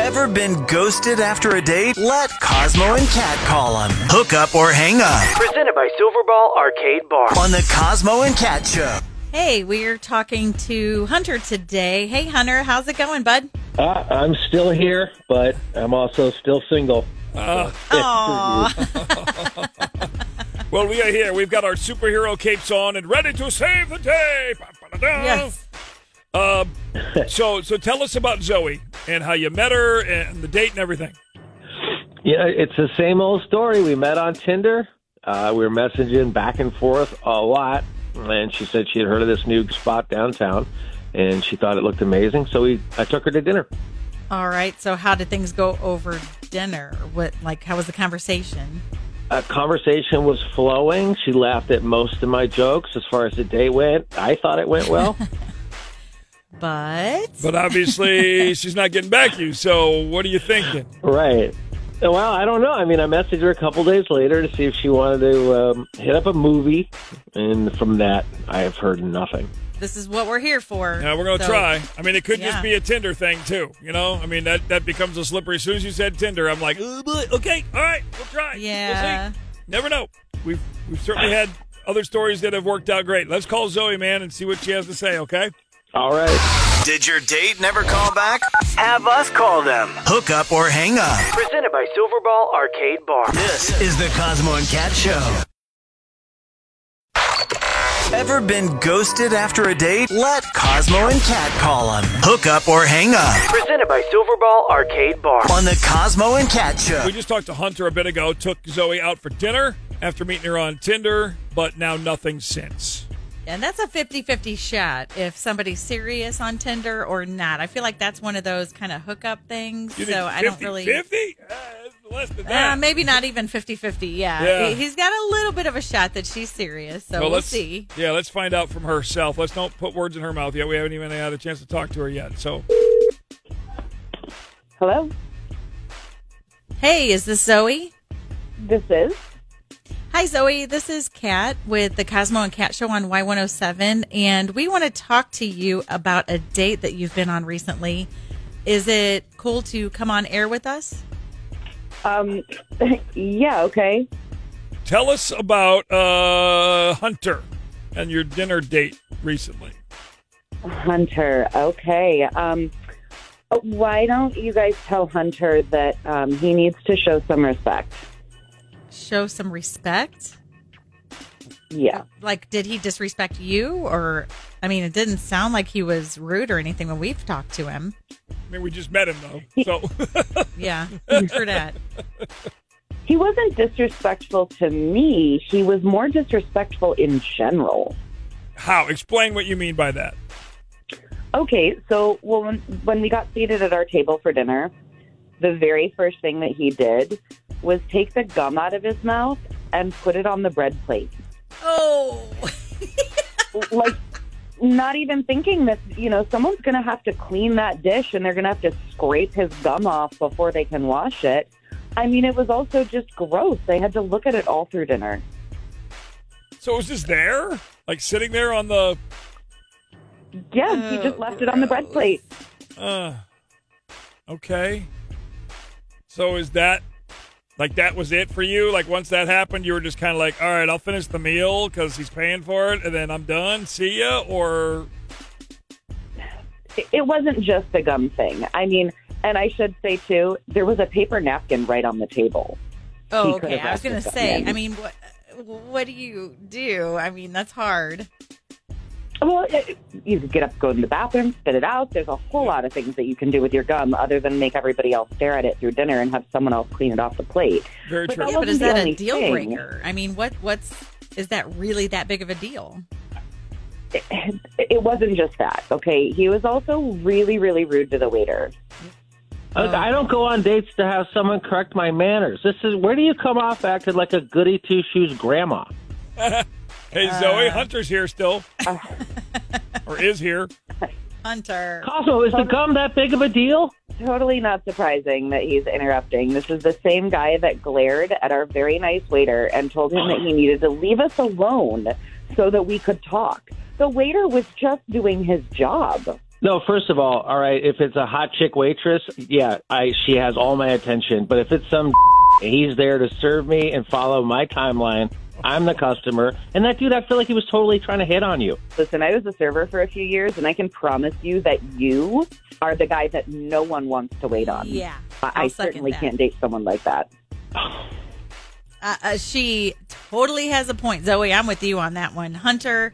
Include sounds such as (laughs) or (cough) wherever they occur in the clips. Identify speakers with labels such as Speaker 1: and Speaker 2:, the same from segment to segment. Speaker 1: Ever been ghosted after a date? Let Cosmo and Cat call them. Hook up or hang up
Speaker 2: Presented by Silverball Arcade Bar.
Speaker 1: on the Cosmo and Cat Show.
Speaker 3: Hey, we're talking to Hunter today. Hey, Hunter, how's it going, bud?
Speaker 4: I, I'm still here, but I'm also still single.
Speaker 3: Aw,
Speaker 5: Well, we are here. We've got our superhero capes on and ready to save the day. Ba-ba-da-da.
Speaker 3: yes.
Speaker 5: So, so tell us about Zoe and how you met her and the date and everything.
Speaker 4: Yeah, it's the same old story. We met on Tinder. Uh, we were messaging back and forth a lot, and she said she had heard of this new spot downtown, and she thought it looked amazing. So we, I took her to dinner.
Speaker 3: All right. So, how did things go over dinner? What, like, how was the conversation?
Speaker 4: A Uh, conversation was flowing. She laughed at most of my jokes. As far as the day went, I thought it went well.
Speaker 3: But (laughs)
Speaker 5: But obviously, she's not getting back to you. So, what are you thinking?
Speaker 4: Right. Well, I don't know. I mean, I messaged her a couple days later to see if she wanted to um, hit up a movie, and from that, I have heard nothing.
Speaker 3: this is what we're here for.
Speaker 5: Now Uh, we're gonna
Speaker 3: So-
Speaker 5: try. I mean, it could
Speaker 3: Yeah.
Speaker 5: just be a Tinder thing too. You know, I mean that that becomes a slippery. As soon as you said Tinder, I'm like, "Oh, boy, okay, all right, we'll try.
Speaker 3: Yeah.
Speaker 5: We'll see. Never know. We've we've certainly had other stories that have worked out great. Let's call Zoe, man, and see what she has to say. Okay.
Speaker 4: All right.
Speaker 1: Did your date never call back?
Speaker 2: Have us call them.
Speaker 1: Hook up or hang up.
Speaker 2: Presented by Silverball Arcade Bar.
Speaker 1: This is the Cosmo and Cat Show. Ever been ghosted after a date? Let Cosmo and Cat call them. Hook up or hang up
Speaker 2: Presented by Silverball Arcade Bar.
Speaker 1: on the Cosmo and Cat Show.
Speaker 5: We just talked to Hunter a bit ago. Took Zoe out for dinner after meeting her on Tinder, but now nothing since.
Speaker 3: And that's a 50 50 shot if somebody's serious on Tinder or not. I feel like that's one of those kind of hookup things.
Speaker 5: You
Speaker 3: so
Speaker 5: think
Speaker 3: I don't
Speaker 5: 50?
Speaker 3: really.
Speaker 5: fifty. Uh, less than
Speaker 3: Uh,
Speaker 5: that.
Speaker 3: maybe not even 50 50. Yeah.
Speaker 5: Yeah.
Speaker 3: He- He's got a little bit of a shot that she's serious. So
Speaker 5: Well,
Speaker 3: we'll
Speaker 5: let's
Speaker 3: see.
Speaker 5: Yeah, let's find out from herself. Let's don't put words in her mouth yet. We haven't even had a chance to talk to her yet. So
Speaker 6: Hello,
Speaker 3: Hey, is this Zoe?
Speaker 6: this is.
Speaker 3: Hi, Zoe. This is Kat with the Cosmo and Cat Show on Y107. And we want to talk to you about a date that you've been on recently. Is it cool to come on air with us?
Speaker 6: Um, (laughs) yeah, okay.
Speaker 5: Tell us about uh, Hunter and your dinner date recently.
Speaker 6: Hunter, okay. Um, why don't you guys tell Hunter that um, he needs to show some respect?
Speaker 3: Show some respect.
Speaker 6: Yeah.
Speaker 3: Like, did he disrespect you? Or, I mean, it didn't sound like he was rude or anything when we've talked to him.
Speaker 5: I mean, we just met him though, so (laughs)
Speaker 3: Yeah, for that.
Speaker 6: He wasn't disrespectful to me, he was more disrespectful in general.
Speaker 5: how? Explain what you mean by that.
Speaker 6: Okay, so well, when, when we got seated at our table for dinner, the very first thing that he did was take the gum out of his mouth and put it on the bread plate.
Speaker 3: Oh,
Speaker 6: like not even thinking that you know someone's going to have to clean that dish and they're going to have to scrape his gum off before they can wash it. I mean, it was also just gross. They had to look at it all through dinner.
Speaker 5: So it was just there, like sitting there on the.
Speaker 6: Yeah, he just left it on the bread plate.
Speaker 5: Uh, okay. So is that like that was it for you? Like once that happened, you were just kind of like, all right, I'll finish the meal because he's paying for it, and then I'm done. See ya, or
Speaker 6: It- It wasn't just the gum thing. I mean, and I should say too, there was a paper napkin right on the table.
Speaker 3: oh,
Speaker 6: He could
Speaker 3: okay.
Speaker 6: have
Speaker 3: I was
Speaker 6: asked
Speaker 3: gonna
Speaker 6: us that
Speaker 3: say.
Speaker 6: then.
Speaker 3: I mean, what what do you do? I mean, that's hard.
Speaker 6: Well, it, you could get up, go to the bathroom, spit it out. There's a whole lot of things that you can do with your gum other than make everybody else stare at it through dinner and have someone else clean it off the plate.
Speaker 5: very
Speaker 6: But
Speaker 5: true.
Speaker 6: that
Speaker 3: Yeah, but is
Speaker 6: wasn't the
Speaker 3: that a
Speaker 6: only
Speaker 3: deal
Speaker 6: thing.
Speaker 3: breaker? I mean, what what's is that really that big of a deal?
Speaker 6: (laughs) it wasn't just that. Okay, he was also really, really rude to the waiter.
Speaker 4: Look, I don't go on dates to have someone correct my manners. This is where do you come off acting like a goody two shoes grandma?
Speaker 5: Hey
Speaker 3: uh,
Speaker 5: Zoe, Hunter's here still, (laughs) or is here.
Speaker 3: Hunter.
Speaker 4: Cosmo, is the gum that big of a deal?
Speaker 6: Totally not surprising that he's interrupting. This is the same guy that glared at our very nice waiter and told him that he needed to leave us alone so that we could talk. The waiter was just doing his job.
Speaker 4: No, first of all, all right, if it's a hot chick waitress, yeah, I she has all my attention. But if it's some (laughs) and he's there to serve me and follow my timeline, I'm the customer. And that dude, I feel like he was totally trying to hit on you.
Speaker 6: Listen, I was a server for a few years, and I can promise you that you are the guy that no one wants to wait on.
Speaker 3: Yeah,
Speaker 6: I,
Speaker 3: I'll
Speaker 6: I
Speaker 3: second
Speaker 6: certainly
Speaker 3: that.
Speaker 6: can't date someone like that.
Speaker 3: Uh, uh, she totally has a point, Zoe. I'm with you on that one, Hunter.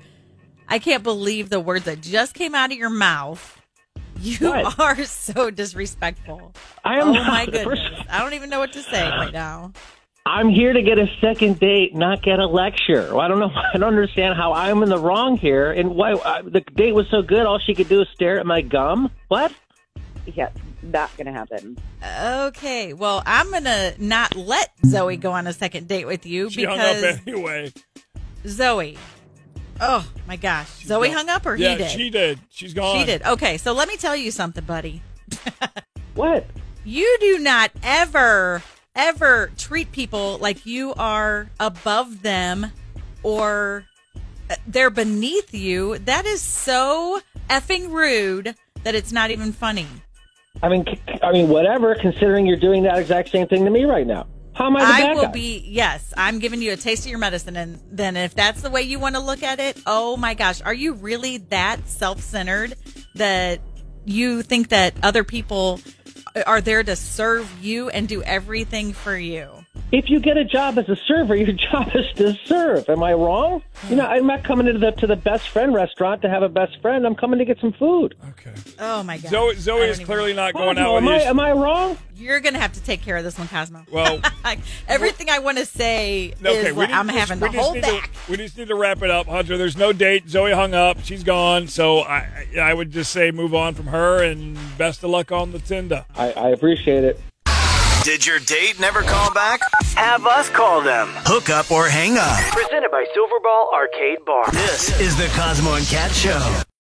Speaker 3: I can't believe the words that just came out of your mouth. You (laughs)
Speaker 4: What?
Speaker 3: are so disrespectful.
Speaker 4: I am
Speaker 3: Oh
Speaker 4: not (laughs)
Speaker 3: my
Speaker 4: the
Speaker 3: goodness!
Speaker 4: person-
Speaker 3: I don't even know what to say right now.
Speaker 4: I'm here to get a second date, not get a lecture. Well, I don't know. (laughs) I don't understand how I'm in the wrong here. And why I, the date was so good, all she could do is stare at my gum. What?
Speaker 6: Yeah, not gonna happen.
Speaker 3: Okay, well, I'm gonna not let Zoe go on a second date with you
Speaker 5: She
Speaker 3: because
Speaker 5: hung up anyway.
Speaker 3: Zoe. Oh my gosh, Zoe hung up or
Speaker 5: yeah,
Speaker 3: he did?
Speaker 5: she did. She's gone.
Speaker 3: She did. Okay, so let me tell you something, buddy.
Speaker 4: What?
Speaker 3: You do not ever, ever treat people like you are above them or uh, they're beneath you. That is so effing rude that it's not even funny.
Speaker 4: I mean, c- I mean, whatever. Considering you're doing that exact same thing to me right now, how am I the
Speaker 3: I
Speaker 4: bad
Speaker 3: will
Speaker 4: guy?
Speaker 3: be, yes, I'm giving you a taste of your medicine. And then if that's the way you want to look at it, oh my gosh, are you really that self centered that you think that other people are there to serve you and do everything for you?
Speaker 4: if you get a job as a server, (laughs) your job is to serve. Am I wrong? You know, I'm not coming to the to the best friend restaurant to have a best friend. I'm coming to get some food.
Speaker 5: Okay.
Speaker 3: Oh my god.
Speaker 5: Zoe,
Speaker 3: I
Speaker 5: Zoe
Speaker 3: don't
Speaker 5: is
Speaker 3: even-
Speaker 5: clearly not going
Speaker 4: Cosmo,
Speaker 5: out with
Speaker 4: am
Speaker 5: you.
Speaker 4: I am I wrong?
Speaker 3: You're gonna have to take care of this one, Cosmo.
Speaker 5: Well,
Speaker 3: (laughs) everything I want to say
Speaker 5: okay.
Speaker 3: is
Speaker 5: we
Speaker 3: what
Speaker 5: need-
Speaker 3: I'm having
Speaker 5: we
Speaker 3: to
Speaker 5: just
Speaker 3: hold
Speaker 5: need
Speaker 3: back.
Speaker 5: we just need to wrap it up, Hunter. There's no date. Zoe hung up. She's gone. So I, I I would just say move on from her and best of luck on the Tinder.
Speaker 4: I, I appreciate it.
Speaker 1: Did your date never call back?
Speaker 2: Have us call them.
Speaker 1: Hook up or hang up.
Speaker 2: Presented by Silverball Arcade Bar.
Speaker 1: This is the Cosmo and Cat Show.